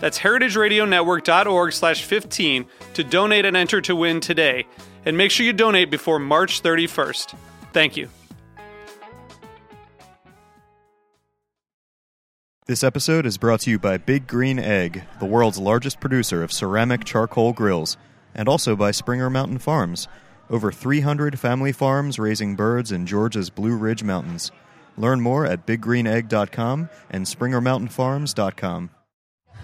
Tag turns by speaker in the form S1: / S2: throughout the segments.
S1: That's heritageradionetwork.org slash 15 to donate and enter to win today. And make sure you donate before March 31st. Thank you.
S2: This episode is brought to you by Big Green Egg, the world's largest producer of ceramic charcoal grills, and also by Springer Mountain Farms, over 300 family farms raising birds in Georgia's Blue Ridge Mountains. Learn more at biggreenegg.com and springermountainfarms.com.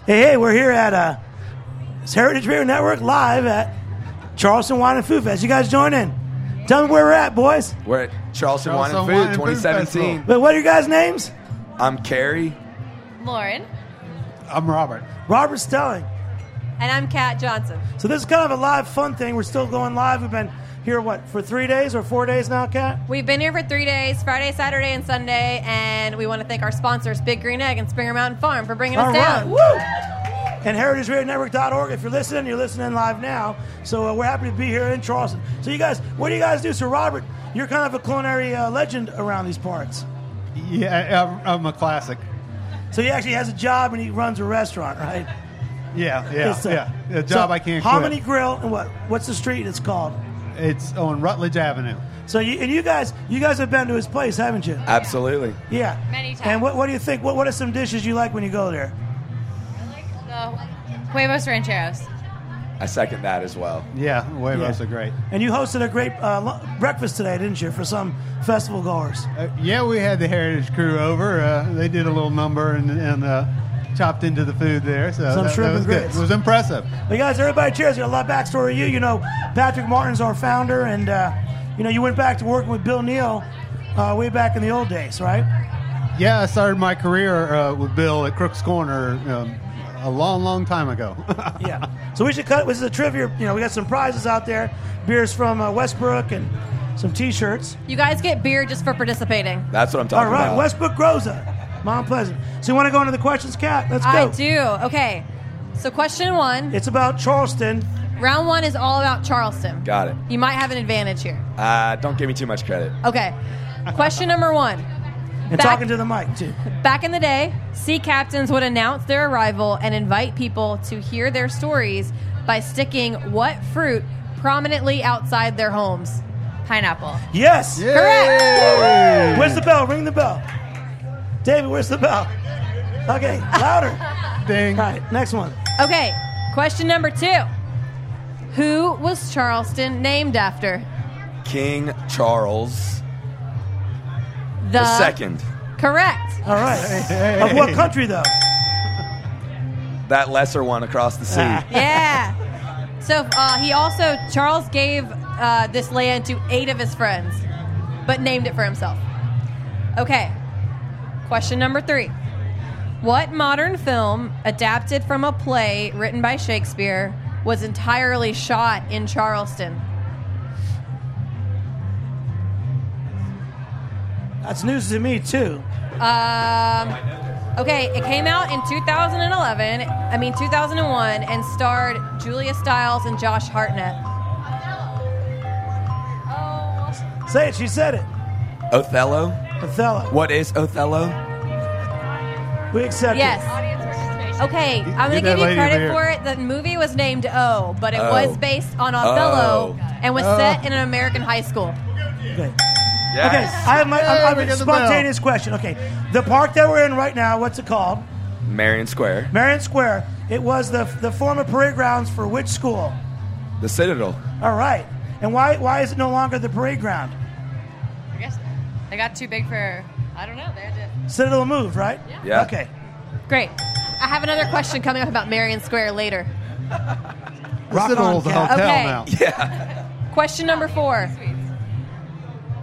S3: Hey, hey, we're here at uh, it's Heritage Radio Network live at Charleston Wine and Food Fest. You guys join in. Tell me where we're at, boys.
S4: We're at Charleston, Wine and
S5: Charleston
S4: Food
S5: Wine and
S4: 2017.
S5: Food
S3: But what are your guys' names?
S4: I'm Carrie.
S6: Lauren.
S5: I'm Robert.
S3: Robert Stelling.
S6: And I'm Kat Johnson.
S3: So this is kind of a live fun thing. We're still going live. We've been here what for three days or four days now, Kat?
S6: We've been here for three days Friday, Saturday, and Sunday. And we want to thank our sponsors, Big Green Egg and Springer Mountain Farm, for bringing
S3: All
S6: us
S3: right,
S6: down.
S3: woo! And heritageradionetwork.org. If you're listening, you're listening live now. So uh, we're happy to be here in Charleston. So you guys, what do you guys do? So Robert, you're kind of a culinary uh, legend around these parts.
S5: Yeah, I'm, I'm a classic.
S3: So he actually has a job and he runs a restaurant, right?
S5: Yeah, yeah,
S3: Yes, sir.
S5: yeah. A job
S3: uh, So,
S5: I can't quit.
S3: Harmony Grill and what? What's the street it's called?
S5: It's on Rutledge Avenue.
S3: So you, and you guys, you guys have been to his place, haven't you?
S4: Absolutely.
S3: Yeah.
S6: Many times.
S3: And what, what do you think? What What are some dishes you like when you go there?
S6: Huevos Rancheros.
S4: I second that as well.
S5: Yeah, Huevos
S3: Yeah.
S5: are great.
S3: And you hosted a great uh, lu- breakfast today, didn't you, for some festival goers?
S5: Uh, yeah, we had the Heritage crew over. Uh, they did a little number and, and uh, chopped into the food there. So
S3: Some
S5: that,
S3: shrimp
S5: that was
S3: and
S5: good.
S3: grits.
S5: It was impressive.
S3: But guys, everybody cheers. You got a lot of backstory of you. You know, Patrick Martin's our founder, and uh, you know you went back to working with Bill Neal uh, way back in the old days, right?
S5: Yeah, I started my career uh, with Bill at Crook's Corner um, a long, long time ago.
S3: Yeah. So we should cut. This is a trivia. You know, we got some prizes out there. Beers from uh, Westbrook and some T-shirts.
S6: You guys get beer just for participating.
S4: That's what I'm
S3: All
S4: talking
S3: right,
S4: about.
S3: Westbrook Groza, Mount Pleasant. So you want to go into the questions, Kat? Let's go.
S6: I do. Okay. So, question one
S3: It's about Charleston.
S6: round one is all about Charleston.
S4: Got it.
S6: You might have an advantage here.
S4: Uh, don't give me too much credit.
S6: Okay. Question number one.
S3: And
S6: Back-
S3: talking to the mic, too.
S6: Back in the day, sea captains would announce their arrival and invite people to hear their stories by sticking what fruit prominently outside their homes? Pineapple.
S3: Yes.
S5: Correct.
S3: Where's the bell? Ring the bell. David, where's the bell? Okay, louder.
S5: Ding.
S3: All right, next one.
S6: Okay, question number two. Who was Charleston named after?
S4: King Charles
S6: The,
S4: the second.
S6: Correct.
S3: All right. Of what country, though?
S4: That lesser one across the
S6: Uh.
S4: sea.
S6: Yeah. So uh, he also, Charles gave uh, this land to eight of his friends, but named it for himself. Okay. Question number three What modern film adapted from a play written by Shakespeare was entirely shot in Charleston?
S3: That's news to me, too.
S6: Um, okay, it came out in 2011, I mean 2001, and starred Julia Stiles and Josh Hartnett.
S3: Say it, she said it.
S4: Othello?
S3: Othello.
S4: What is Othello?
S3: We accept
S6: Yes.
S3: it.
S6: Okay, I'm
S5: Get that
S6: going to give you
S5: lady over
S6: credit
S5: here.
S6: for it. The movie was named O, but it
S4: Oh.
S6: was based on Othello
S4: Oh.
S6: and was
S5: Oh.
S6: set in an American high school.
S3: Okay. Okay,
S4: Yes.
S3: I have my I
S5: Hey,
S3: have
S5: we
S3: a
S5: got the bell.
S3: spontaneous question. Okay, the park that we're in right now, what's it called?
S4: Marion Square.
S3: Marion Square. It was the the former parade grounds for which school?
S4: The Citadel.
S3: All right. And why why is it no longer the parade ground?
S6: I guess they got too big for. I don't know. They had to.
S3: Citadel moved, right?
S4: Yeah.
S3: Okay.
S6: Great. I have another question coming up about Marion Square later.
S3: Rock on,
S5: Citadel's a
S3: Cat.
S5: hotel
S6: Okay.
S5: now.
S6: Question number four.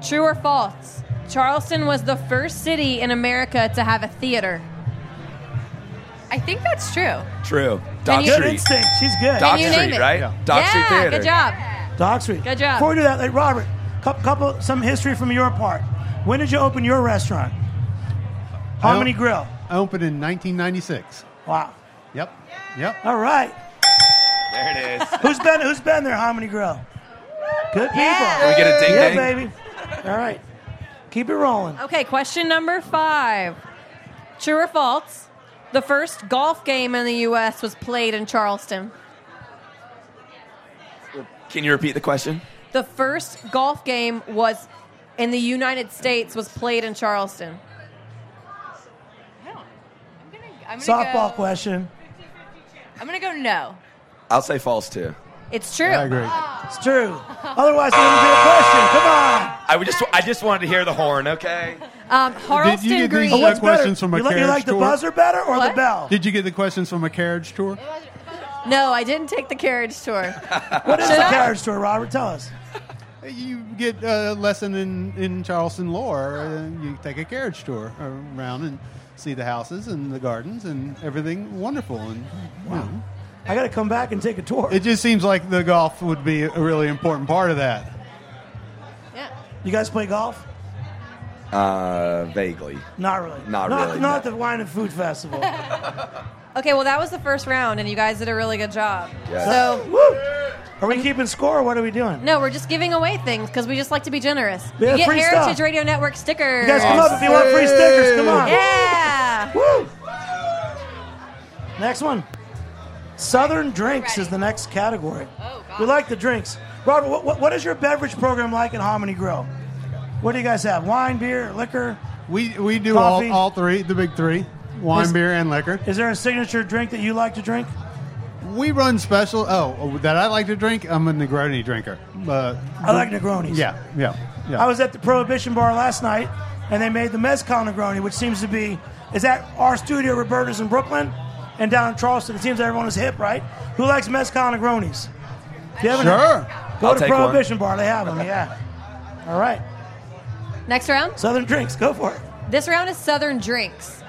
S6: True or false? Charleston was the first city in America to have a theater. I think that's true.
S4: True. Doc
S6: you-
S3: Good
S4: Street.
S3: instinct. She's good.
S4: Doc
S6: Can you name
S4: Street,
S6: it?
S4: right?
S5: Yeah.
S4: Doc
S6: yeah,
S4: Street Theater.
S6: good job.
S3: Doc Street.
S6: Good job.
S3: Before we do that, like, Robert, cou- couple some history from your part. When did you open your restaurant? Harmony
S5: Well-
S3: Grill.
S5: Opened in 1996.
S3: Wow.
S5: Yep. Yep.
S3: All right.
S4: There it is.
S3: Who's been Who's been there, Harmony Grill? Good people.
S4: Can we
S6: Yeah.
S4: get a ding
S3: Yeah,
S4: ding?
S3: baby. All right. Keep it rolling.
S6: Okay, question number five. True or false? The first golf game in the U.S. was played in Charleston.
S4: Can you repeat the question?
S6: The first golf game was in the United States was played in Charleston.
S7: I'm gonna
S3: Softball
S7: go,
S3: question.
S7: I'm gonna go no.
S4: I'll say false too.
S6: It's true.
S5: I agree.
S3: It's true. Otherwise, it wouldn't be a question. Come on.
S4: I would just I just wanted to hear the horn. Okay.
S6: Um, Harleston
S5: get these
S6: Green.
S5: Is that
S3: What's better?
S5: questions from a
S3: you, like, you
S5: carriage
S3: like the
S5: tour?
S3: buzzer better or the
S6: What?
S3: bell?
S5: Did you get the questions from a carriage tour?
S6: No, I didn't take the carriage tour.
S3: What is the
S6: Should I?
S3: carriage tour, Robert? Tell us.
S5: You get a lesson in, in Charleston lore. Uh, you take a carriage tour around and see the houses and the gardens and everything wonderful. And you know,
S3: I got to come back and take a tour.
S5: it just seems like the golf would be a really important part of that.
S6: Yeah.
S3: you guys play golf?
S4: Uh, vaguely.
S3: Not really.
S4: Not really,
S3: Not
S4: no.
S3: the wine and food festival.
S6: Okay, well, that was the first round, and you guys did a really good job.
S4: Yes.
S6: So,
S3: Woo! Are we keeping score? Or what are we doing?
S6: no, we're just giving away things because we just like to be generous.
S3: Yeah,
S6: you get
S3: free
S6: Heritage
S3: stuff.
S6: Radio Network stickers.
S3: You guys come up if you want free stickers. Come on.
S6: Yeah.
S3: Woo! Next one. Southern drinks is the next category. Oh,
S7: God.
S3: We like the drinks. Robert, what, what, what is your beverage program like at Harmony Grill? What do you guys have? Wine, beer, liquor?
S5: We, we do
S3: Coffee.
S5: all, all three, the big three wine,
S3: Is-
S5: beer, and liquor.
S3: Is there a signature drink that you like to drink?
S5: We run special. Oh, that I like to drink? I'm a Negroni drinker. Uh,
S3: I like Negronis.
S5: yeah, yeah, yeah.
S3: Oh, I was at the Prohibition Bar last night, and they made the mezcal Negroni, which seems to be is that our studio Roberta's in Brooklyn and down in Charleston. It seems everyone is hip, right? Who likes mezcal Negronis? If you haven't-
S5: sure.
S3: Go
S4: I'll
S3: to
S4: take one.
S3: Prohibition Bar. They have them. Yeah. All right.
S6: Next round.
S3: Southern drinks. Go for it.
S6: This round is Southern drinks.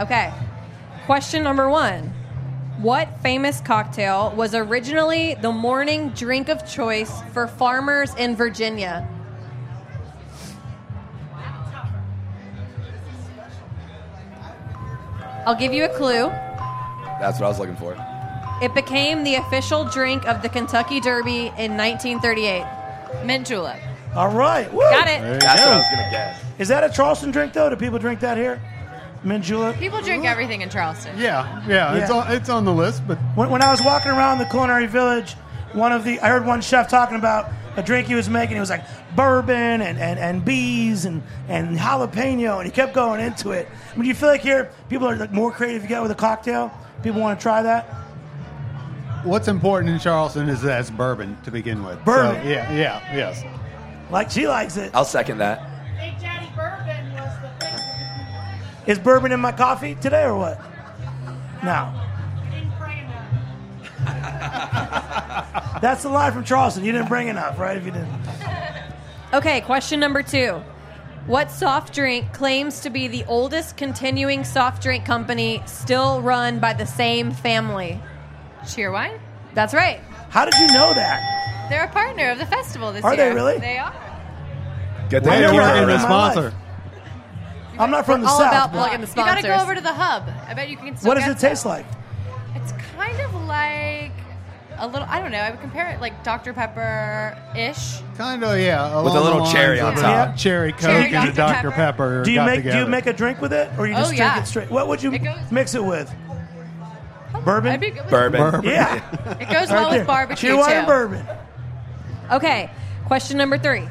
S6: Okay. Question number one What famous cocktail was originally the morning drink of choice for farmers in Virginia? I'll give you a clue.
S4: That's what I was looking for.
S6: It became the official drink of the Kentucky Derby in 1938.
S7: Mint julep.
S3: All right. Woo.
S6: Got it.
S4: That's what I was gonna guess.
S3: Is that a Charleston drink though? Do people drink that here? Mint julep.
S7: People drink everything in Charleston.
S5: Yeah, yeah, It's,
S3: Yeah.
S5: on, it's on the list, but
S3: When, when I was walking around the culinary village, one of the I heard one chef talking about a drink he was making. He was like bourbon and, and, and bees and, and jalapeno, and he kept going into it. I mean, do you feel like here people are like more creative? You get with a cocktail, people want to try that.
S5: What's important in Charleston is that it's bourbon to begin with.
S3: Bourbon.
S5: So, yeah, yeah, yes.
S3: Like she likes it.
S4: I'll second that.
S8: Big Daddy Bourbon was the thing
S3: Is bourbon in my coffee today or what? No.
S8: in Prana.
S3: That's the line from Charleston. You didn't bring enough, right? If you didn't.
S6: Okay, question number two. What soft drink claims to be the oldest continuing soft drink company still run by the same family?
S7: Cheerwine?
S6: That's right.
S3: How did you know that?
S7: They're a partner of the festival this
S3: Are they
S7: year.
S3: really?
S7: They are.
S4: Good
S5: Way
S4: thing
S5: to
S4: I
S3: know
S4: keep
S5: work
S3: right
S4: it
S5: in
S3: in
S5: the
S3: my
S4: around.
S5: sponsor.
S3: I'm not from the
S6: all
S3: South.
S6: about
S3: but
S6: plugging the
S7: You gotta
S6: sponsors.
S7: go over to the hub. I bet you can still
S3: what does
S7: get
S3: it taste
S7: some.
S3: like?
S7: It's kind of like a little I don't know, I would compare it like Dr. Pepper ish.
S5: Kind of, yeah.
S4: With a
S5: along
S4: little
S5: the
S4: cherry
S5: lines
S4: on
S5: of a
S4: top.
S5: Cherry Coke
S7: Cherry
S5: and a Dr.
S7: Dr. Pepper.
S5: Pepper.
S3: Do you
S5: got
S3: make do
S5: together.
S3: you make a drink with it, or you
S7: Oh,
S3: just
S7: yeah.
S3: drink it straight? What would you
S7: It goes-
S3: mix it with? Bourbon.
S7: I'd be good with-
S4: Bourbon.
S5: Bourbon.
S3: Yeah,
S7: It goes well
S3: there.
S7: with barbecue.
S3: Chew on
S7: too.
S3: bourbon.
S6: Okay, question number three.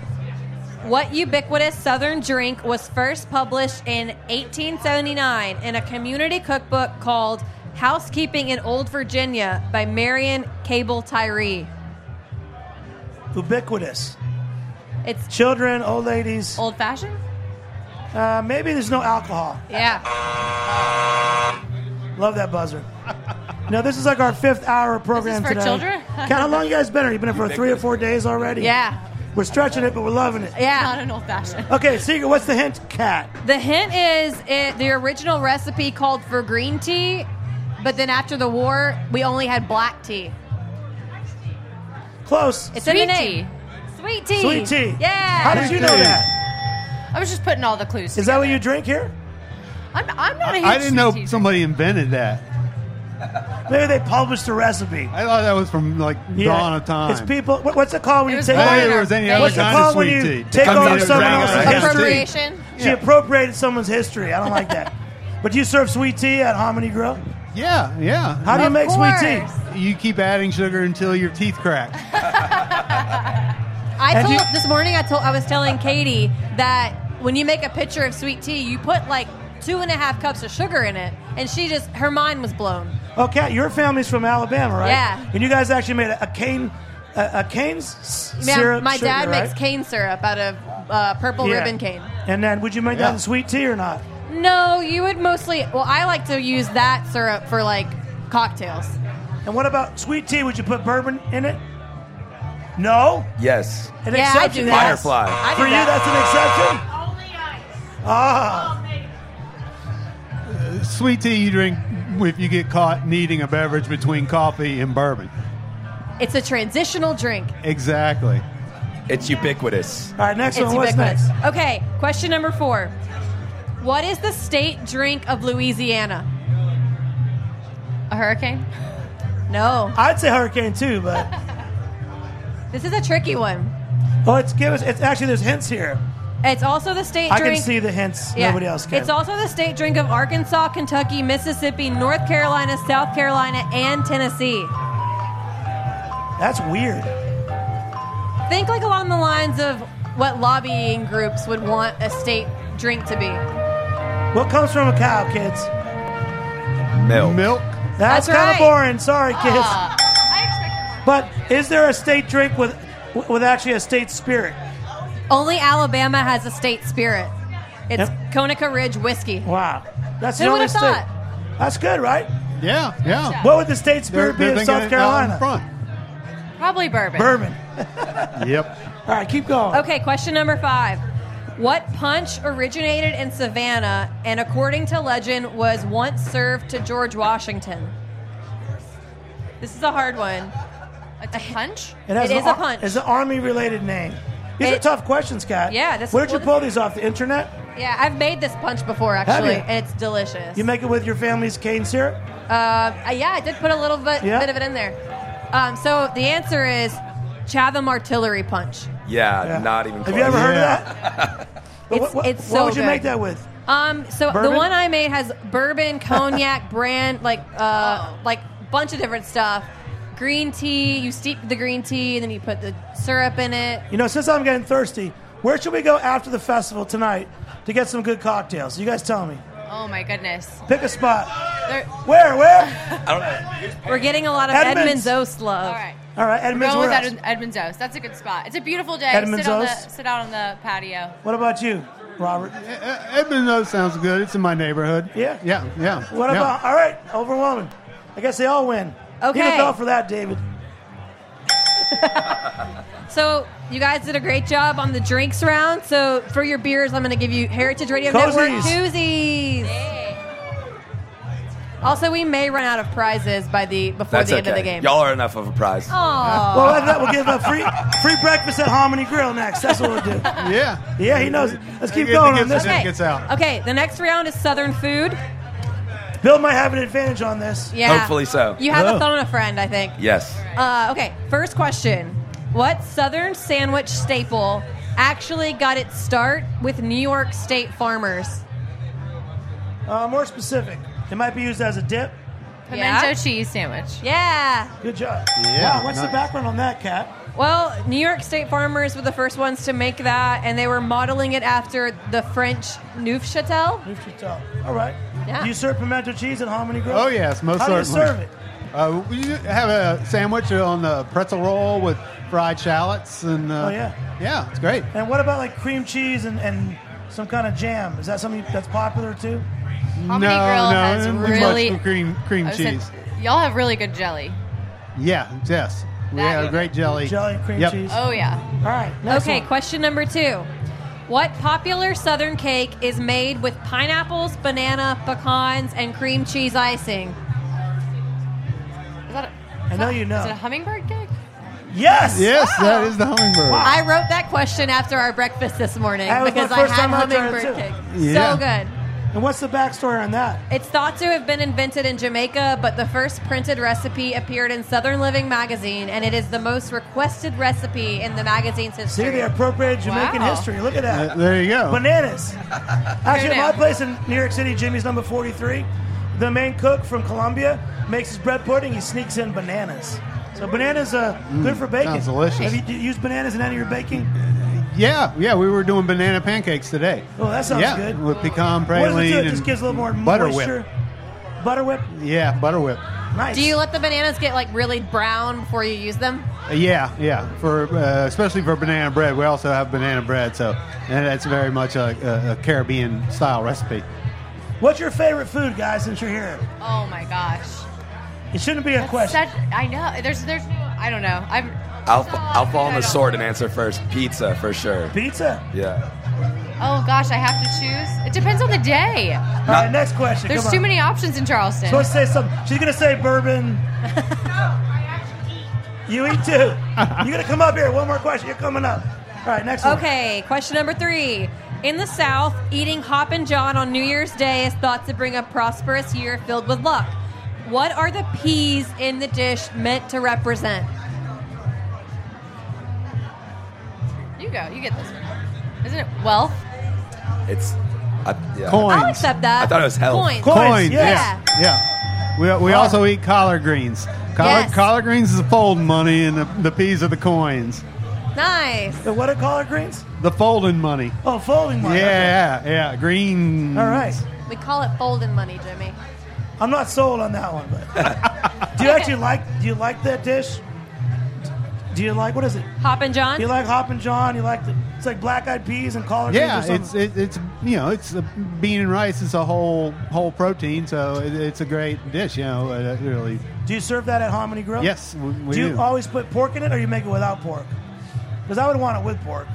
S6: What ubiquitous Southern drink was first published in 1879 in a community cookbook called Housekeeping in Old Virginia by Marion Cable Tyree?
S3: ubiquitous.
S6: It's
S3: Children, old ladies.
S6: old fashioned.
S3: Uh, maybe there's no alcohol.
S6: Yeah.
S3: Love that buzzer. No, this is like our fifth hour of program
S7: for
S3: today.
S7: children?
S3: Count how long you guys been here? You've been here for three or four days already.
S6: Yeah.
S3: We're stretching it, but we're loving it.
S7: Not
S6: Yeah.
S7: an old fashioned.
S3: Okay, Secret, what's the hint? Cat.
S6: The hint is it, the original recipe called for green tea, but then after the war, we only had black tea.
S3: Close.
S6: It's
S7: Sweet
S6: in the
S7: tea.
S6: name. Sweet tea.
S3: Sweet tea.
S6: Yeah.
S3: How did you know that?
S7: I was just putting all the clues.
S3: Is that what you drink here?
S7: I'm, I'm not a huge
S5: I didn't know
S7: sweet tea
S5: somebody invented that.
S3: Maybe they published the recipe.
S5: I thought that was from like dawn of time.
S3: It's people. What, what's it called when
S7: It
S3: you
S7: was
S5: I
S3: take?
S5: didn't
S7: mine.
S5: know
S3: Over,
S5: there was any
S7: What's
S5: other
S7: it
S5: kind
S3: called
S5: of
S3: when
S5: sweet
S3: you
S5: tea.
S3: take
S5: Comes
S3: over
S5: out of
S3: someone
S5: brown
S3: else's
S5: rice.
S3: history?
S6: Appropriation.
S3: She appropriated someone's history. I don't like that. But do you serve sweet tea at Harmony Grill?
S5: Yeah, yeah.
S3: How do you
S6: Of
S3: make sweet tea?
S6: course.
S5: you keep adding sugar until your teeth crack.
S6: I
S3: Have
S6: told
S3: you-
S6: this morning. I told I was telling Katie that when you make a pitcher of sweet tea, you put like two and a half cups of sugar in it, and she just her mind was blown.
S3: Oh, Kat, your family's from Alabama, right?
S6: Yeah.
S3: And you guys actually made a, a cane, a, a cane s-
S6: Yeah,
S3: syrup.
S6: my
S3: sugar,
S6: dad makes
S3: right?
S6: cane syrup out of uh, purple
S3: Yeah.
S6: ribbon cane.
S3: And then, would you make that
S5: Yeah.
S3: in sweet tea or not?
S6: No, you would mostly. Well, I like to use that syrup for like cocktails.
S3: And what about sweet tea? Would you put bourbon in it? No.
S4: Yes.
S3: An
S6: yeah, I
S3: exception.
S6: do that.
S4: Firefly.
S6: I do
S3: For you,
S6: that.
S3: that's an exception.
S8: Only ice.
S3: Ah.
S8: All made.
S5: Sweet tea you drink if you get caught needing a beverage between coffee and bourbon.
S6: It's a transitional drink.
S5: Exactly.
S4: It's ubiquitous.
S3: All right, next
S6: It's
S3: one. What's
S6: ubiquitous.
S3: next?
S6: Okay, question number four. What is the state drink of Louisiana?
S7: A hurricane?
S6: No,
S3: I'd say hurricane too, but
S6: this is a tricky one.
S3: oh, it's give us. It's actually there's hints here.
S6: It's also the state
S3: I
S6: drink.
S3: can see the hints.
S6: Yeah.
S3: Nobody else can.
S6: It's also the state drink of Arkansas, Kentucky, Mississippi, North Carolina, South Carolina, and Tennessee.
S3: that's weird.
S6: Think like along the lines of what lobbying groups would want a state drink to be.
S3: What comes from a cow, kids?
S4: Milk.
S5: Milk.
S3: That's,
S6: That's
S3: kind of
S6: right. Ah,
S3: boring. Sorry, kids.
S7: I expected
S3: But is there a state drink with with actually a state spirit?
S6: Only Alabama has a state spirit. It's
S3: Yep.
S6: Conica Ridge whiskey.
S3: Wow, that's
S6: Who
S3: the only
S6: would've
S3: state.
S6: thought?
S3: That's good, right?
S5: Yeah, yeah.
S3: What would the state spirit be of
S5: thinking
S3: South
S5: it out
S3: Carolina?
S5: in front.
S7: Probably bourbon.
S3: Bourbon.
S5: Yep.
S3: All right, keep going.
S6: Okay, question number five. What punch originated in Savannah and, according to legend, was once served to George Washington? This is a hard one.
S7: It's a punch?
S6: It
S3: an
S6: is a
S3: ar-
S6: punch.
S3: It's an army related name. These are
S6: It-
S3: tough questions, Scott.
S6: Yeah, this-
S3: Where'd you
S6: well,
S3: pull these off? The internet?
S6: Yeah, I've made this punch before,
S3: you?
S6: actually, and it's delicious.
S3: You make it with your family's cane syrup?
S6: Uh, yeah, I did put a little bit,
S3: Yeah.
S6: bit of it in there. Um, so the answer is Chatham Artillery Punch.
S4: Yeah,
S3: Yeah.
S4: not even
S3: Have
S4: close.
S3: you ever heard
S5: Yeah.
S3: of that? But
S6: It's-
S3: what, what-
S6: it's
S3: what
S6: so
S3: would you make
S6: good.
S3: that with?
S6: Um, so
S3: Bourbon?
S6: the one I made has bourbon, cognac, brand, like uh, like bunch of different stuff. Green tea. You steep the green tea, and then you put the syrup in it.
S3: You know, since I'm getting thirsty, where should we go after the festival tonight to get some good cocktails? You guys tell me.
S7: Oh my goodness.
S3: Pick a spot.
S7: They're-
S3: Where? Where?
S4: I don't know.
S6: We're getting a lot of
S3: Edmonds.
S6: Edmonds Oast love.
S7: All right.
S3: All right, Edmonds.
S7: Going with
S3: where else?
S7: Ed- Edmonds Oast. That's a good spot. It's a beautiful day.
S3: Edmonds
S7: sit, on
S3: Oast?
S7: the, sit out on the patio.
S3: What about you, Robert?
S5: E- Edmond Oak sounds good. It's in my neighborhood.
S3: Yeah.
S5: Yeah, yeah.
S3: What
S5: yeah.
S3: about? All right, overwhelming. I guess they all win. Need a
S6: Okay.
S3: bell for that, David.
S6: So you guys did a great job on the drinks round. So for your beers, I'm going to give you Heritage Radio Network
S3: Cozies.
S6: koozies. Also, we may run out of prizes by the before
S4: That's
S6: the end
S4: okay.
S6: of the game. Oh.
S4: Y'all are enough of a prize.
S6: Aw.
S3: Well, after that, we'll give a free free breakfast at Harmony Grill next. That's what we'll do.
S5: Yeah.
S3: Yeah, he knows it. Let's keep
S5: It- it
S3: going
S5: gets
S3: on this
S5: it
S3: one.
S5: gets out.
S6: Okay, the next round is Southern food.
S3: Bill might have an advantage on this.
S6: Yeah.
S4: Hopefully so.
S6: You have
S3: Oh.
S6: a phone a friend, I think.
S4: Yes.
S6: Uh, okay, first question. What Southern sandwich staple actually got its start with New York State farmers?
S3: Uh, more specific, it might be used as a dip.
S7: Pimento
S6: Yeah.
S7: cheese sandwich.
S6: Yeah.
S3: Good job.
S5: Yeah,
S3: Wow, what's the
S5: nice.
S3: background on that, Cat?
S6: Well, New York State farmers were the first ones to make that, and they were modeling it after the French Neufchâtel.
S3: All right.
S6: Yeah.
S3: Do you serve pimento cheese at Harmony Grill?
S5: Oh, yes, most
S3: How
S5: certainly.
S3: do you serve it?
S5: Uh, we have a sandwich on a pretzel roll with fried shallots and uh,
S3: Oh, yeah.
S5: yeah, it's great.
S3: And what about like cream cheese and, and some kind of jam? Is that something that's popular too?
S7: Hominy
S5: no,
S7: Grill
S5: no,
S7: has
S5: too
S7: really- Oh,
S5: much cream cream
S7: I
S5: cheese.
S7: said, y'all have really good jelly.
S5: yeah, yes, we
S7: That-
S5: have a great jelly.
S3: Jelly, cream
S5: Yep.
S3: cheese.
S7: Oh yeah.
S3: All right. Next
S6: Okay,
S3: one.
S6: question number two. What popular southern cake is made with pineapples, banana, pecans, and cream cheese icing?
S7: Is that a,
S3: I know you
S7: is it a
S3: know.
S7: hummingbird cake?
S3: Yes.
S5: Yes, that is the hummingbird.
S6: I wrote that question after our breakfast this morning
S3: That was my
S6: because I
S3: first
S6: had
S3: time I tried it
S6: hummingbird
S3: too.
S6: cake.
S5: Yeah.
S6: So good.
S3: And what's the backstory on that?
S6: It's thought to have been invented in Jamaica, but the first printed recipe appeared in Southern Living magazine, and it is the most requested recipe in the magazine's
S3: See,
S6: history.
S3: they appropriated Jamaican
S7: Wow.
S3: history. Look at
S5: Uh,
S3: that.
S5: there you go.
S3: Bananas. Actually, at
S7: now.
S3: my place in New York City, Jimmy's number 43, the main cook from Colombia makes his bread pudding. He sneaks in bananas. So bananas are good for baking.
S5: Mm, sounds delicious.
S3: Have you, do you used bananas in any of your baking?
S5: yeah, yeah, we were doing banana pancakes today.
S3: Oh, that sounds
S5: yeah,
S3: good.
S5: with pecan
S3: What does it
S5: praline
S3: do? It
S5: and
S3: just gives a little more
S5: butter
S3: moisture.
S5: whip.
S3: Butter whip.
S5: Yeah, butter whip.
S3: Nice.
S6: Do you let the bananas get like really brown before you use them?
S5: Uh, Yeah, yeah. For uh, especially for banana bread, we also have banana bread, so and that's very much a, a, a Caribbean style recipe.
S3: What's your favorite food, guys? Since you're here,
S7: Oh my gosh.
S3: it shouldn't be a
S7: Such,
S3: question.
S7: I know. There's there's no. I don't know. I'm.
S4: I'll, I'll fall on
S7: I
S4: the
S7: don't-
S4: sword and answer first. Pizza for sure.
S3: Pizza.
S4: Yeah.
S7: Oh gosh, I have to choose. It depends on the day.
S3: All right, next question.
S7: There's
S3: Come
S7: too
S3: on.
S7: many options in Charleston.
S3: Supposed to say something. She's gonna say bourbon.
S8: I actually eat.
S3: You eat too. You're gonna come up here. One more question. You're coming up. All right, next one.
S6: Okay, question number three. In the South, eating Hop and John on New Year's Day is thought to bring a prosperous year filled with luck. What are the peas in the dish meant to represent?
S7: You go. You get this one. Isn't it wealth?
S4: It's. I, yeah.
S5: Corn.
S6: I'll
S5: Coins.
S6: accept that.
S4: I thought it was health.
S6: Coins.
S3: Coins,
S5: Coins,
S3: yes.
S5: yeah, yeah. We, we also eat collard greens. Collard,
S6: Yes.
S5: collard greens is the fold money, and the, the peas are the coins.
S6: Nice.
S3: The what are collard greens?
S5: The folding money.
S3: Oh, folding money. Okay.
S5: Yeah, yeah, yeah. Green.
S3: All right.
S6: We call it folding money, Jimmy.
S3: I'm not sold on that one, but do you actually like? Do you like that dish? Do you like what is it?
S6: Hop and John?
S3: Do you like Hop and John? You like the, it's like black eyed peas and collard
S5: Yeah,
S3: greens or
S5: it's
S3: something.
S5: it, it's you know it's a, bean and rice is a whole whole protein, so it, it's a great dish. You know, uh, it really.
S3: do you serve that at Harmony Grill?
S5: Yes, we, we
S3: do you
S5: do.
S3: always put pork in it, or you make it without pork? Because I would want it with pork.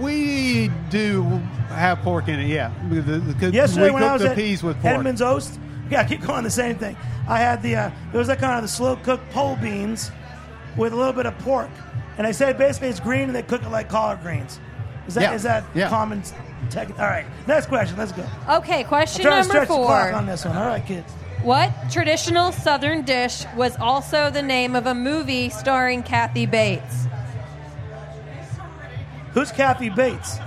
S5: We do have pork in it. Yeah, The- the- the-
S3: Yesterday
S5: we
S3: when
S5: cook
S3: I was
S5: the
S3: at
S5: peas with pork.
S3: Edmonds Oast, yeah, I keep calling the same thing. I had the uh, it was like kind of the slow cooked pole beans with a little bit of pork, and they say basically it's green and they cook it like collard greens. Is that
S5: Yeah.
S3: is that
S5: Yeah.
S3: common? Tech? All right, next question. Let's go.
S6: Okay, question
S3: Try to
S6: number
S3: stretch the clock on
S6: four.
S3: this one. All right, kids.
S6: What traditional southern dish was also the name of a movie starring Kathy Bates?
S3: Who's Kathy Bates?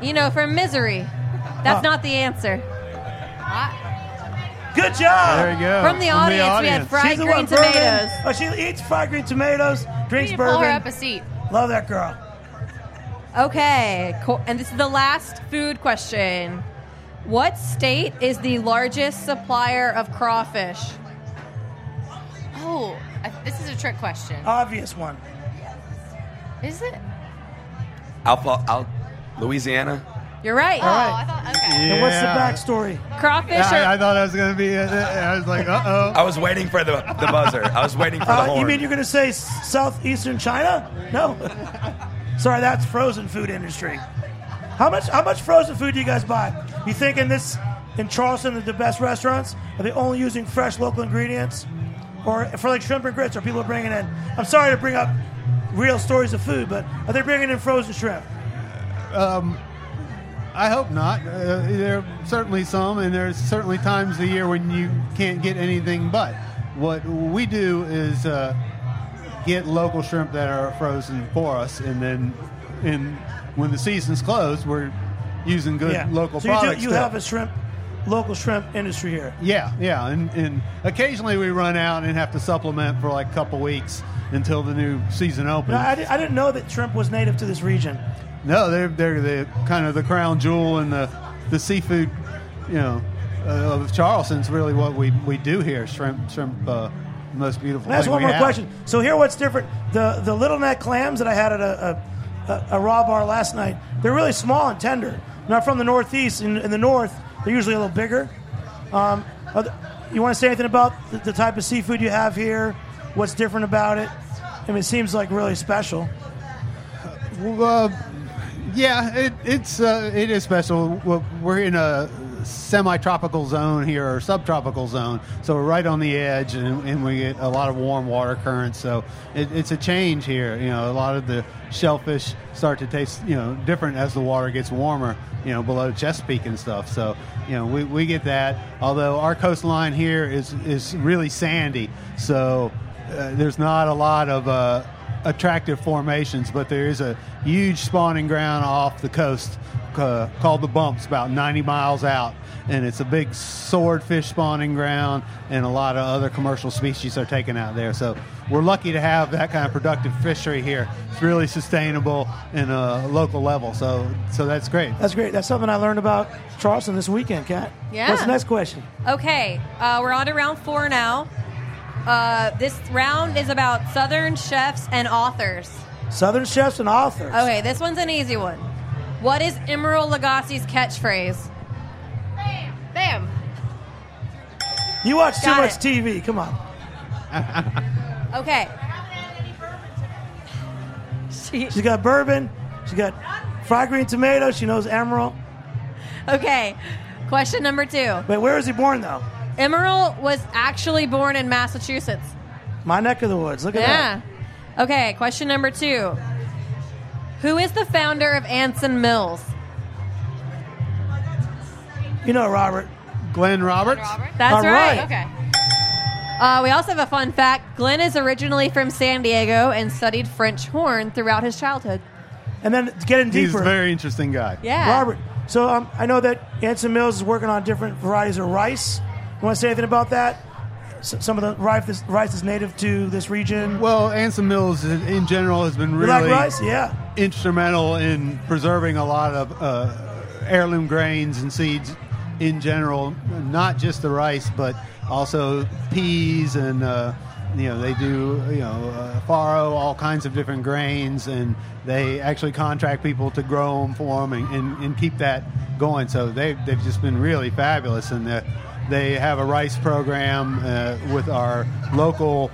S6: You know, from Misery. That's
S3: Uh,
S6: not the answer.
S7: I,
S3: Good job.
S5: There you go.
S6: From the audience, we had fried
S3: She's the
S6: green
S3: one bourbon-
S6: tomatoes.
S3: Oh, she eats fried green tomatoes,
S7: we
S3: drinks
S7: need to
S3: bourbon.
S7: pull her up a seat.
S3: Love that girl.
S6: Okay, cool. and this is the last food question. What state is the largest supplier of crawfish?
S7: Oh, I, this is a trick question.
S3: Obvious one.
S7: Is it?
S4: I'll fall. I'll. Louisiana.
S6: You're right.
S7: Oh, I thought. Okay.
S3: And what's the
S5: Yeah.
S3: backstory?
S6: Crawfish
S5: I, I
S6: are
S5: thought that was going to be. it. I was like, uh oh.
S4: I was waiting for the, the buzzer. I was waiting for the
S3: Uh,
S4: horn.
S3: you mean you're going to say s- southeastern China? No. Sorry, that's frozen food industry. How much? How much frozen food do you guys buy? You think in this in Charleston that the best restaurants are they only using fresh local ingredients, or for like shrimp and grits? Are people bringing in? I'm sorry to bring up real stories of food, but are they bringing in frozen shrimp?
S5: I hope not. Uh, there are certainly some, and there's certainly times of the year when you can't get anything but. What we do is uh, get local shrimp that are frozen for us, and then and when the season's closed, we're using good local
S3: so
S5: products. Mm.
S3: You, do, you
S5: to-
S3: have a shrimp, local shrimp industry here.
S5: yeah, yeah, and, and occasionally we run out and have to supplement for like a couple weeks until the new season opens.
S3: No, I, di- I didn't know that shrimp was native to this region.
S5: No, they're they're the kind of the crown jewel and the the seafood, you know, uh, of Charleston's really what we, we do here. Shrimp shrimp uh, most beautiful.
S3: And that's
S5: thing
S3: one
S5: we
S3: more
S5: have.
S3: question. So here, what's different? The the little neck clams that I had at a, a, a, a raw bar last night, they're really small and tender. Not from the northeast. In, in the north, they're usually a little bigger. Um, are the- you want to say anything about the, the type of seafood you have here? What's different about it? I mean, it seems like really special.
S5: Well, uh, yeah, it, it's uh, it is special. We're- We're in a semi-tropical zone here or subtropical zone, so we're right on the edge, and, and we get a lot of warm water currents. So it, it's a change here. You know, a lot of the shellfish start to taste you know different as the water gets warmer. You know, below Chesapeake and stuff. So you know, we, we get that. Although our coastline here is is really sandy, so uh, there's not a lot of. Uh, attractive formations, but there is a huge spawning ground off the coast uh, called the Bumps, about 90 miles out, and it's a big swordfish spawning ground, and a lot of other commercial species are taken out there. So we're lucky to have that kind of productive fishery here. It's really sustainable in a local level, so so that's great. Uh,
S3: That's great. That's something I learned about Charleston this weekend, Kat.
S6: Yeah.
S3: What's the next question?
S6: Okay, uh, we're on to round four now. Uh, this round is about Southern chefs and authors.
S3: Southern chefs and authors.
S6: Okay, this one's an easy one. What is Emeril Lagasse's catchphrase?
S8: Bam.
S7: Bam.
S3: You watch too
S6: Got
S3: much
S6: it.
S3: TV. Come on.
S6: Okay,
S8: I haven't had any bourbon today.
S6: she,
S3: She's got bourbon. She's got fried green tomatoes. She knows Emerald.
S6: okay. Question number two.
S3: Wait, where was he born though?
S6: Emeril was actually born in Massachusetts.
S3: My neck of the woods. Look at
S6: Yeah. Okay, question number two. Who is the founder of Anson Mills?
S3: that. You know Robert.
S5: Glenn Roberts.
S7: Robert.
S6: That's
S3: All
S6: right.
S3: right.
S7: Okay.
S6: Uh, we also have a fun fact. Glenn is originally from San Diego and studied French horn throughout his childhood.
S3: And then getting
S5: He's
S3: deeper.
S5: a very interesting guy.
S6: Yeah.
S3: Robert. So um, I know that Anson Mills is working on different varieties of rice. You want to say anything about that? S- some of the rice is, rice is native to this region.
S5: Well, Anson Mills in- in general has been
S3: you
S5: really
S3: like rice? Yeah.
S5: instrumental in preserving a lot of uh, heirloom grains and seeds in general, not just the rice, but also peas and uh, you know they do you know uh, farro all kinds of different grains, and they actually contract people to grow them for them and, and, and keep that going. So they they've just been really fabulous, and they- they have a rice program uh, with our local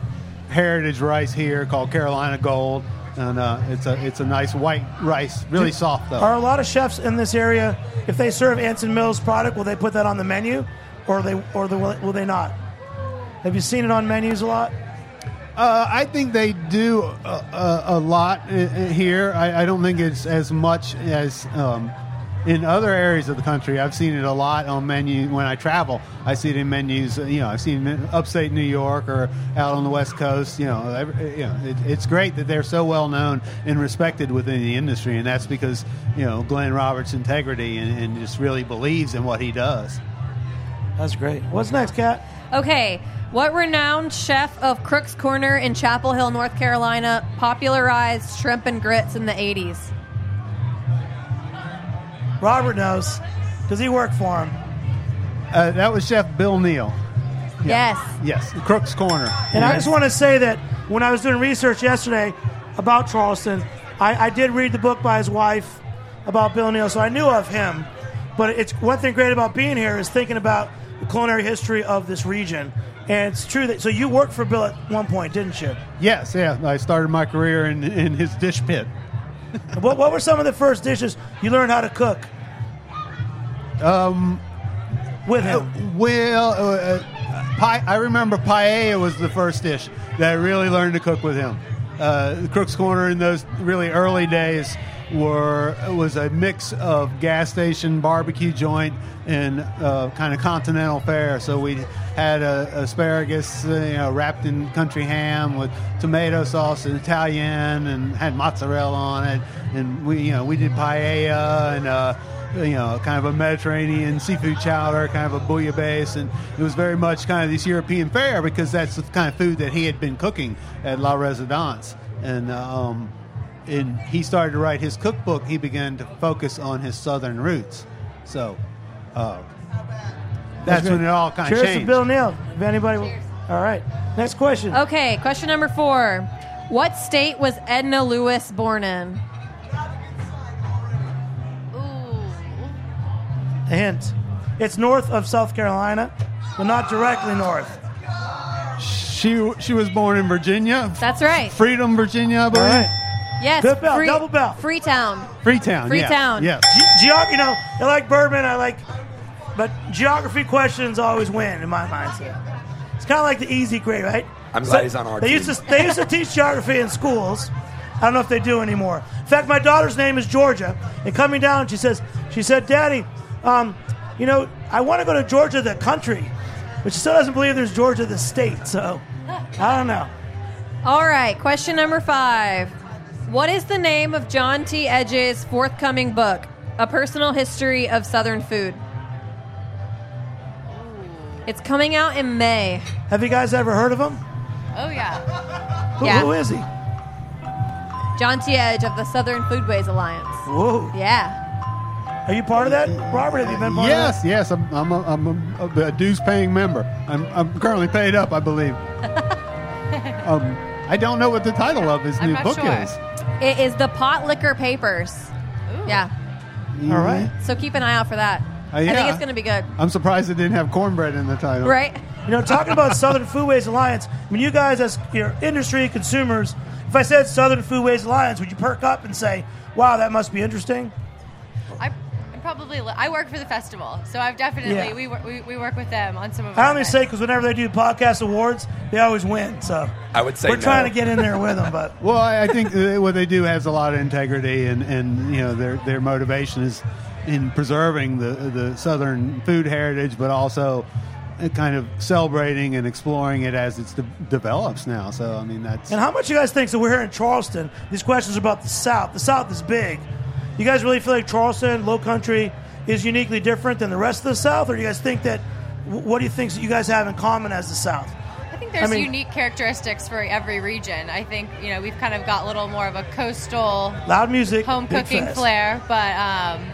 S5: heritage rice here called Carolina Gold, and uh, it's a it's a nice white rice, really soft though.
S3: Are a lot of chefs in this area, if they serve Anson Mills product, will they put that on the menu, or they or the, will they not? Have you seen it on menus a lot?
S5: Uh, I think they do uh, a, a, a lot i- i- here. I, I don't think it's as much as um, in other areas of the country. I've seen it a lot on menu when I travel. I see it in menus. uh, You know, I've seen it in upstate New York or out on the West Coast. You know, every, you know it, it's great that they're so well known and respected within the industry, and that's because you know Glenn Roberts' integrity and, and just really believes in what he does.
S3: That's great. What's next, Kat?
S6: Okay. What renowned chef of Crook's Corner in Chapel Hill, North Carolina, popularized shrimp and grits in the 80s?
S3: Robert knows, because he worked for him.
S5: Uh, that was Chef Bill Neal.
S6: Yes.
S5: Yes, Crook's Corner.
S3: And I just want to say that when I was doing research yesterday about Charleston, I, I did read the book by his wife about Bill Neal, so I knew of him. But it's one thing great about being here is thinking about the culinary history of this region. And it's true that so you worked for Bill at one point, didn't you?
S5: Yes, yeah. I started my career in, in his dish pit.
S3: what, what were some of the first dishes you learned how to cook? Um,
S5: Um,
S3: with him.
S5: oh, Well, uh, uh, pi- I remember paella was the first dish that I really learned to cook with him. Uh, Crook's Corner in those really early days were was a mix of gas station barbecue joint and uh, kind of continental fare. So we had uh, asparagus, uh, you know, wrapped in country ham with tomato sauce and Italian, and had mozzarella on it. And we, you know, we did paella and. Uh, you know, kind of a Mediterranean seafood chowder, kind of a bouillabaisse, and it was very much kind of this European fare because that's the kind of food that he had been cooking at La Residence. And um, and he started to write his cookbook. He began to focus on his southern roots. So uh, that's when it all kind of
S3: Cheers
S5: changed.
S3: to Bill Neal. If anybody, All right. Next question.
S6: Okay, question number four. What state was Edna Lewis born in?
S7: Ooh.
S3: A hint. It's north of South Carolina, but not directly north.
S5: She she was born in Virginia.
S6: That's right.
S5: Freedom, Virginia, I
S3: All
S5: believe.
S3: right.
S6: Yes.
S3: Good bell, double bell.
S6: Freetown.
S5: Freetown. yeah.
S6: Freetown.
S5: Yes.
S3: Ge- geog- you know, I like bourbon. I like, but geography questions always win in my mindset. It's kind of like the easy grade, right?
S4: I'm glad he's on our
S3: They
S4: team.
S3: used to they used to teach geography in schools. I don't know if they do anymore. In fact, my daughter's name is Georgia, and coming down, she says she said, "Daddy, um, you know, I want to go to Georgia, the country," but she still doesn't believe there's Georgia, the state. So I don't know.
S6: All right, question number five. What is the name of John T. Edge's forthcoming book, A Personal History of Southern Food? It's coming out in May.
S3: Have you guys ever heard of him?
S7: Oh yeah.
S3: Who,
S6: Yeah.
S7: oh,
S3: who is he?
S6: John T. Edge of the Southern Foodways Alliance.
S3: Whoa.
S6: Yeah.
S3: Are you part of that, Robert? Have you been part of
S5: Yes, yes, I'm, I'm, a, I'm a, a dues-paying member. I'm, I'm currently paid up, I believe. um, I don't know what the title of his
S7: I'm
S5: new
S7: not
S5: book
S7: sure.
S5: is.
S6: It is the Pot Liquor Papers.
S7: Ooh.
S6: Yeah.
S3: that? All right.
S6: So keep an eye out for that.
S5: Uh,
S6: I think
S5: yeah.
S6: it's going to be good.
S5: I'm surprised it didn't have cornbread in the title.
S6: Right?
S3: You know, talking about Southern Foodways Alliance, I mean, you guys as your industry consumers, if I said Southern Foodways Alliance, would you perk up and say, wow, that must be interesting?
S7: I I'm probably li- I work for the festival, so I've definitely
S3: Yeah.
S7: we, wor- we we work with them on some of.
S3: I
S7: our
S3: only
S7: events.
S3: say because whenever they do podcast awards, they always win. So
S4: I would say
S3: we're trying
S4: no.
S3: to get in there with them, but
S5: Well, I, I think that what they do has a lot of integrity, and, and you know their their motivation is in preserving the the southern food heritage, but also uh, kind of celebrating and exploring it as it develops now. So I mean that's
S3: and how much you guys think? So we're here in Charleston. These questions are about the South. The South is big. You guys really feel like Charleston, Low Country, is uniquely different than the rest of the South, or do you guys think that? wh- What do you think that you guys have in common as the South?
S7: I think there's
S3: I mean-
S7: unique characteristics for every region. I think you know we've kind of got a little more of a coastal
S3: Loud music,
S7: home
S3: big
S7: cooking
S3: fest.
S7: flair, but um,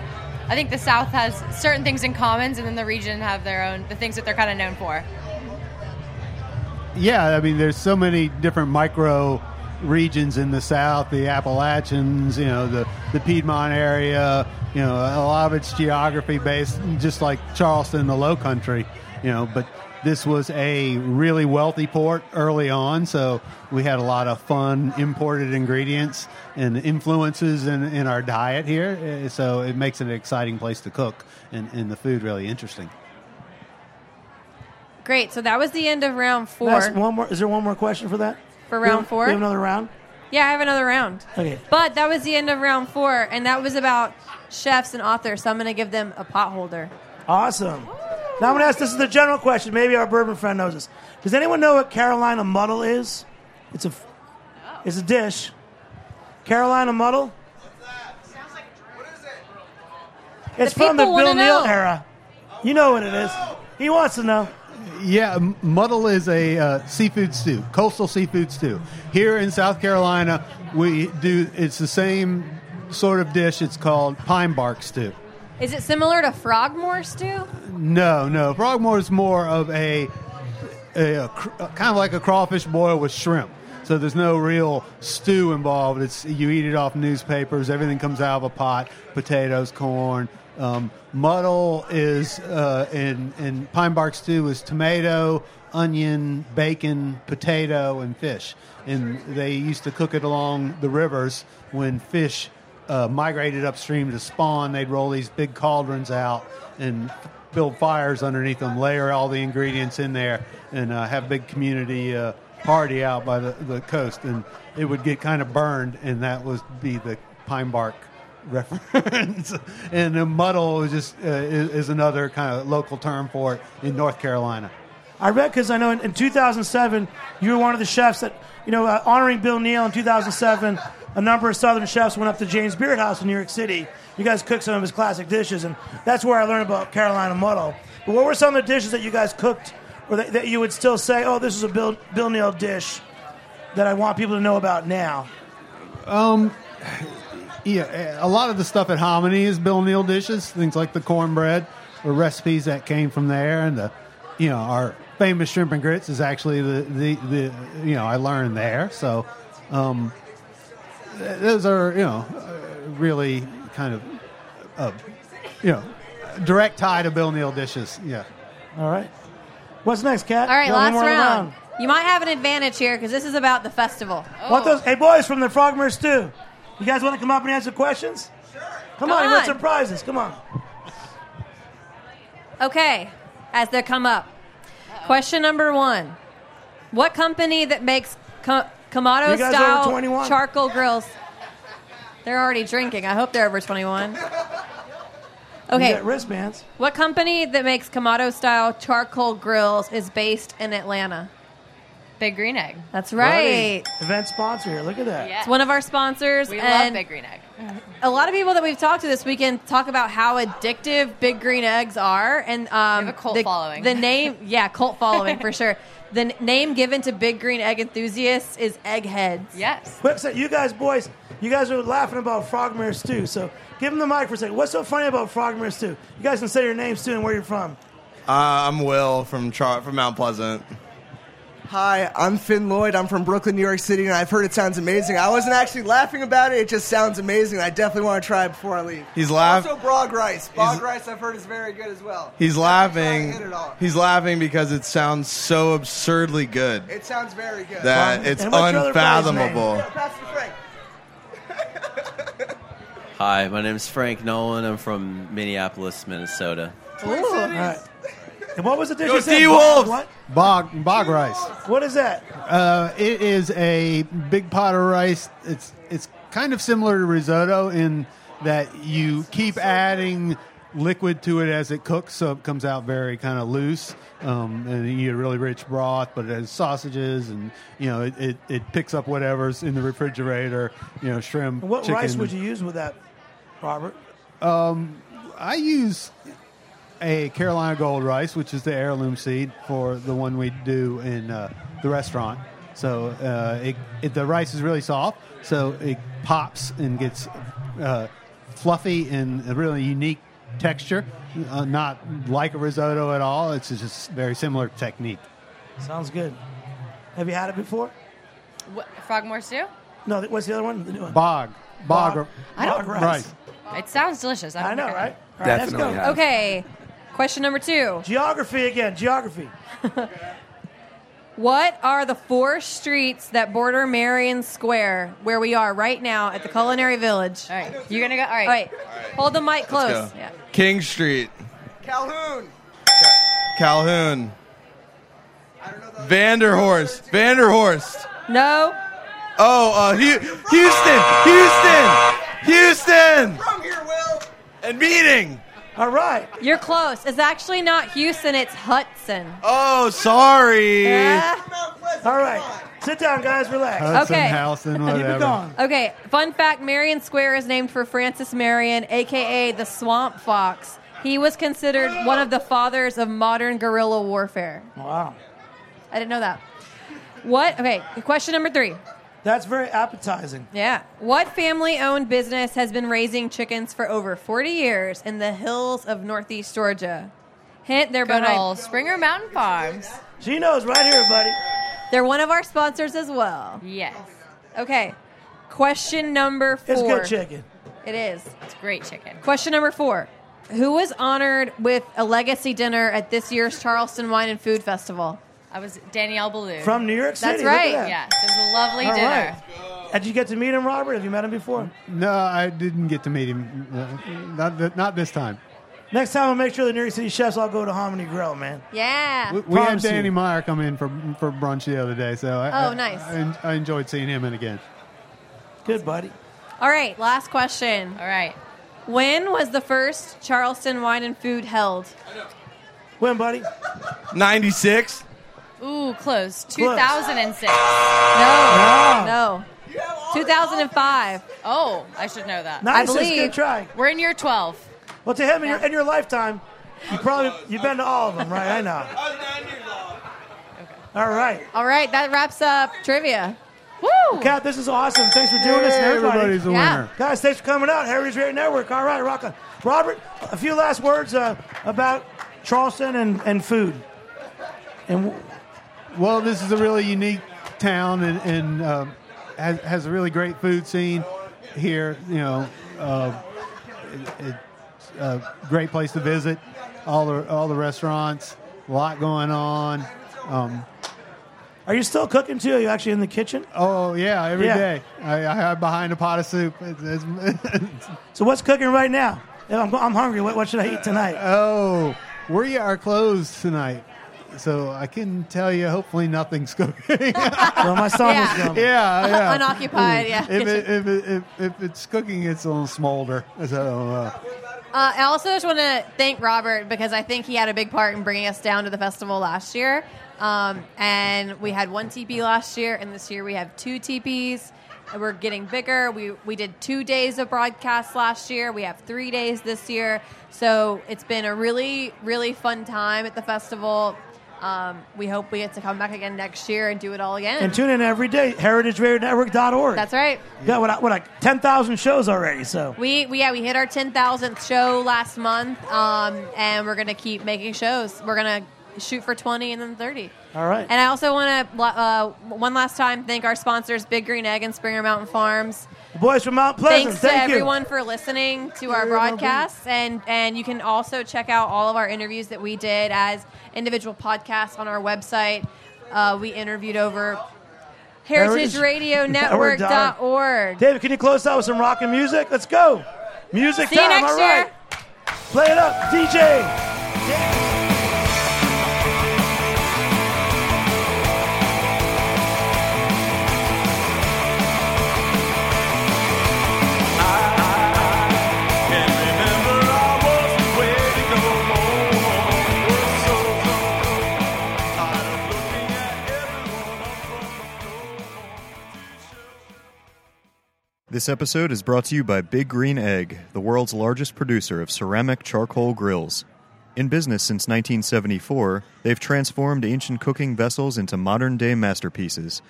S7: I think the South has certain things in commons, and then the region have their own the things that they're kind of known for.
S5: yeah, I mean, there's so many different micro regions in the South, the Appalachians, you know, the, the Piedmont area, you know, a lot of it's geography based, just like Charleston, the low country, you know, but this was a really wealthy port early on, so we had a lot of fun imported ingredients and influences in, in our diet here, eh, so it makes it an exciting place to cook and, and the food really interesting.
S6: Great. So that was the end of round four.
S3: Can I ask one more. Is there one more question for that?
S6: For
S3: We have-
S6: round four?
S3: We have another round.
S6: Yeah, I have another round.
S3: Okay.
S6: But that was the end of round four, and that was about chefs and authors. So I'm going to give them a pot holder.
S3: Awesome. Now I'm gonna ask. This is the general question. Maybe our bourbon friend knows this. Does anyone know what Carolina muddle is? It's a,
S6: Oh.
S3: it's a dish. Carolina muddle. It's
S6: The
S3: from the
S6: people wanna
S3: Bill Neal
S6: know.
S3: era. You know what it is. He wants to know.
S5: Yeah, m- muddle is a uh, seafood stew, coastal seafood stew. Here in South Carolina, we do it's the same sort of dish. It's called pine bark stew.
S6: Is it similar to frogmore stew?
S5: No, no, frogmore is more of a, a, a cr- kind of like a crawfish boil with shrimp. So there's no real stew involved. It's you eat it off newspapers. Everything comes out of a pot: potatoes, corn. Um, muddle is uh, in in pine bark stew is tomato, onion, bacon, potato, and fish. And they used to cook it along the rivers when fish uh, migrated upstream to spawn. They'd roll these big cauldrons out and build fires underneath them, layer all the ingredients in there, and uh, have a big community uh, party out by the, the coast. And it would get kind of burned, and that would be the pine bark reference. and the muddle is just uh, is, is another kind of local term for it in North Carolina.
S3: I read because I know in, in 2007 you were one of the chefs that you know uh, honoring Bill Neal in 2007. A number of Southern chefs went up to James Beard House in New York City. You guys cooked some of his classic dishes, and that's where I learned about Carolina Muddle. But what were some of the dishes that you guys cooked, or that, that you would still say, "Oh, this is a Bill Bill Neal dish that I want people to know about now"?
S5: Yeah, a lot of the stuff at Hominy is Bill Neal dishes, things like the cornbread, or recipes that came from there, and the you know our famous shrimp and grits is actually the, the, the you know I learned there. So um, th- those are you know uh, really kind of uh, you know direct tie to Bill Neal dishes. Yeah.
S3: All right. What's next, Kat?
S6: All right,
S3: You got
S6: last
S3: one more
S6: round. You might have an advantage here because this is about the festival.
S3: What those? Hey, boys from the Frogmere Stew. You guys want to come up and answer questions? Sure. Come
S6: Go
S3: on, you want
S6: on.
S3: some prizes? Come on.
S6: Okay, as they come up. Question number one What company that makes co- Kamado
S3: You guys over
S6: style
S3: 21?
S6: charcoal grills? They're already drinking. I hope they're over 21.
S3: You
S6: Okay,
S3: got wristbands.
S6: what company that makes Kamado style charcoal grills is based in Atlanta?
S7: Big Green Egg.
S6: That's right.
S3: Buddy, Event sponsor here. Look at that.
S7: Yeah.
S6: It's one of our sponsors.
S7: We love
S6: and
S7: Big Green Egg.
S6: a lot of people that we've talked to this weekend talk about how addictive big green eggs are, and um,
S7: They have a cult
S6: the,
S7: following.
S6: The name, yeah, cult following for sure. The n- name given to big green egg enthusiasts is eggheads.
S7: Yes.
S3: Quick set, you guys, boys, you guys are laughing about Frogmere Stew. So give them the mic for a second. What's so funny about Frogmere Stew? You guys can say your names too and where you're from.
S9: Uh, I'm Will from Char- from Mount Pleasant. Hi, I'm Finn Lloyd. I'm from Brooklyn, New York City, and I've heard it sounds amazing. I wasn't actually laughing about it; it just sounds amazing. I definitely want to try it before I leave.
S10: He's laugh-
S9: Also, Brog rice. Brog
S10: He's-
S9: rice, I've heard is very good as well.
S10: He's laughing.
S9: Hit it all.
S10: He's laughing because it sounds so absurdly good
S9: It sounds very good.
S10: that it's
S3: And what's your other buddy's
S10: unfathomable.
S9: Yeah, pass it to Frank.
S11: Hi, my name is Frank Nolan. I'm from Minneapolis, Minnesota.
S3: All right. And what was the dish?
S10: Go
S3: you said?
S10: T-Wolves!
S3: What?
S5: Bog, bog rice.
S3: What is that?
S5: Uh, it is a big pot of rice. It's it's kind of similar to risotto in that you keep adding liquid to it as it cooks, so it comes out very kind of loose, um, and you get a really rich broth. But it has sausages, and you know it, it, it picks up whatever's in the refrigerator. You know shrimp.
S3: And what
S5: chicken.
S3: rice would you use with that, Robert?
S5: I use a Carolina Gold rice, which is the heirloom seed for the one we do in uh, the restaurant. So uh, it, it, the rice is really soft, so it pops and gets uh, fluffy and a really unique texture. Uh, not like a risotto at all. It's just very similar technique.
S3: Sounds good. Have you had it before?
S7: What, Frogmore Stew?
S3: No, th- what's the other one? The new one.
S5: Bog, bog,
S3: Bog-
S7: I don't-
S3: bog rice.
S5: rice.
S7: It sounds delicious.
S3: I
S7: don't
S3: know,
S7: think
S3: right? All right, let's
S4: Definitely.
S3: go.
S4: have.
S6: Okay. Question number two.
S3: Geography again. Geography.
S6: What are the four streets that border Marion Square, where we are right now at the Culinary Village?
S7: All right. You're going to go. All right.
S6: All right. Hold the mic close.
S10: go.
S6: Yeah.
S10: King Street,
S9: Calhoun.
S10: Calhoun, Vanderhorst, Vanderhorst.
S6: No.
S10: Oh, uh, Hu- Houston, Houston, Houston,
S9: From here, Will.
S10: and meeting.
S3: All right.
S6: You're close. It's actually not Houston, it's Hudson.
S10: Oh, sorry.
S6: Yeah.
S9: Mount Pleasant.
S3: All
S9: Come on.
S3: right. Sit down, guys. Relax.
S5: Hudson,
S6: Okay.
S5: Howson,
S3: Keep it
S5: Uh, whatever.
S3: going.
S6: Okay, fun fact Marion Square is named for Francis Marion, aka the Swamp Fox. He was considered one of the fathers of modern guerrilla warfare.
S3: Wow.
S6: I didn't know that. What? Okay, question number three.
S3: That's very appetizing.
S6: Yeah. What family owned business has been raising chickens for over 40 years in the hills of Northeast Georgia? Hint, they're,
S7: Good
S6: behind-
S7: old Springer Mountain Farms.
S3: Gino's right here, buddy.
S6: they're one of our sponsors as well.
S7: Yes.
S6: Okay, question number four.
S3: It's good chicken.
S6: It is.
S7: It's great chicken.
S6: Question number four. Who was honored with a legacy dinner at this year's Charleston Wine and Food Festival?
S7: I was Danielle Ballou.
S3: From New York City.
S6: That's
S3: Look at
S6: right.
S3: that.
S7: Yes. It was a lovely
S3: All
S7: dinner.
S3: right. Did you get to meet him, Robert? Have you met him before?
S5: No, I didn't get to meet him. Uh, not, th- not this time.
S3: Next time, I'll make sure the New York City chefs all go to Harmony Grill, man.
S6: Yeah.
S5: We, we had
S3: Promise you.
S5: Danny Meyer come in for for brunch the other day, so I,
S6: Oh,
S5: I-
S6: nice.
S5: I, en- I enjoyed seeing him in again.
S3: Good, buddy.
S6: All right, last question.
S7: All right.
S6: When was the first Charleston Wine and Food held?
S3: When, buddy?
S10: 96.
S7: Ooh, close. 2006.
S6: No. No. 2005.
S7: Oh, I should know that.
S3: Nice. That's a
S6: believe-
S3: good try.
S7: We're in year 12.
S3: Well, to him in your, in your lifetime, you probably you've been to all of them, right? I know. All right,
S6: All right, that wraps up trivia.
S7: Woo!
S3: Kat, this is awesome. Thanks for doing this, and everybody.
S5: everybody's a
S6: Yeah.
S5: winner.
S3: Guys, thanks for coming out. Heritage Radio Network. All right, rock on. Robert, a few last words uh, about Charleston and, and food And
S5: well, this is a really unique town and, and uh, has, has a really great food scene here. You know, uh, it, it's a great place to visit. All the all the restaurants, a lot going on. Um,
S3: Are you still cooking too? Are you actually in the kitchen?
S5: Oh yeah, every
S3: Yeah.
S5: day. I, I hide behind a pot of soup. It's- it's-
S3: So what's cooking right now? Yeah, I'm, I'm hungry. What, what should I eat tonight?
S5: Oh, we are closed tonight. So I can tell you, hopefully nothing's cooking. well,
S3: my
S6: son was Yeah. grumbling.
S5: Yeah, yeah.
S6: Unoccupied, yeah.
S5: If, it, if, it, if, if it's cooking, it's on smolder. So, uh,
S6: Uh, I also just want to thank Robert because I think he had a big part in bringing us down to the festival last year. Um, and we had one teepee last year, and this year we have two teepees. And We're getting bigger. We we did two days of broadcast last year. We have three days this year. So it's been a really really fun time at the festival. Um, we hope we get to come back again next year and do it all again.
S3: And tune in every day, heritageradionetwork.org.
S6: That's right.
S3: Got what, I- what, like 10,000 shows already, so.
S6: We, we yeah we hit our ten thousandth show last month, um, and we're gonna keep making shows. We're gonna shoot for twenty and then thirty.
S3: All right.
S6: And I also want to uh, one last time thank our sponsors, Big Green Egg and Springer Mountain Farms.
S3: The boys from Mount Pleasant,
S6: Thanks to
S3: thank you.
S6: everyone for listening to our broadcast, and and you can also check out all of our interviews that we did as individual podcasts on our website. Uh, we interviewed over
S3: Heritage-
S6: heritageradionetwork.org.
S3: David, can you close out with some rock and music? Let's go. Music
S6: See you
S3: time,
S6: next
S3: all right.
S6: year.
S3: Play it up, DJ.
S2: This episode is brought to you by Big Green Egg, the world's largest producer of ceramic charcoal grills. In business since 1974, they've transformed ancient cooking vessels into modern day masterpieces.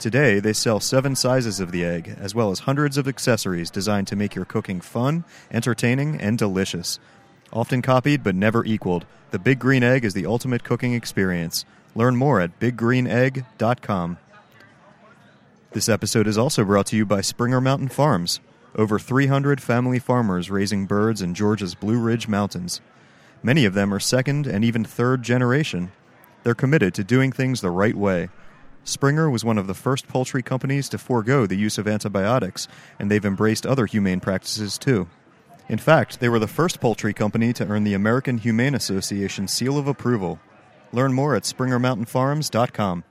S2: Today, they sell seven sizes of the egg, as well as hundreds of accessories designed to make your cooking fun, entertaining, and delicious. Often copied but never equaled, the Big Green Egg is the ultimate cooking experience. Learn more at biggreenegg.com. This episode is also brought to you by Springer Mountain Farms, over 300 family farmers raising birds in Georgia's Blue Ridge Mountains. Many of them are second and even third generation. They're committed to doing things the right way. Springer was one of the first poultry companies to forego the use of antibiotics, and they've embraced other humane practices too. In fact, they were the first poultry company to earn the American Humane Association seal of approval. Learn more at springermountainfarms.com.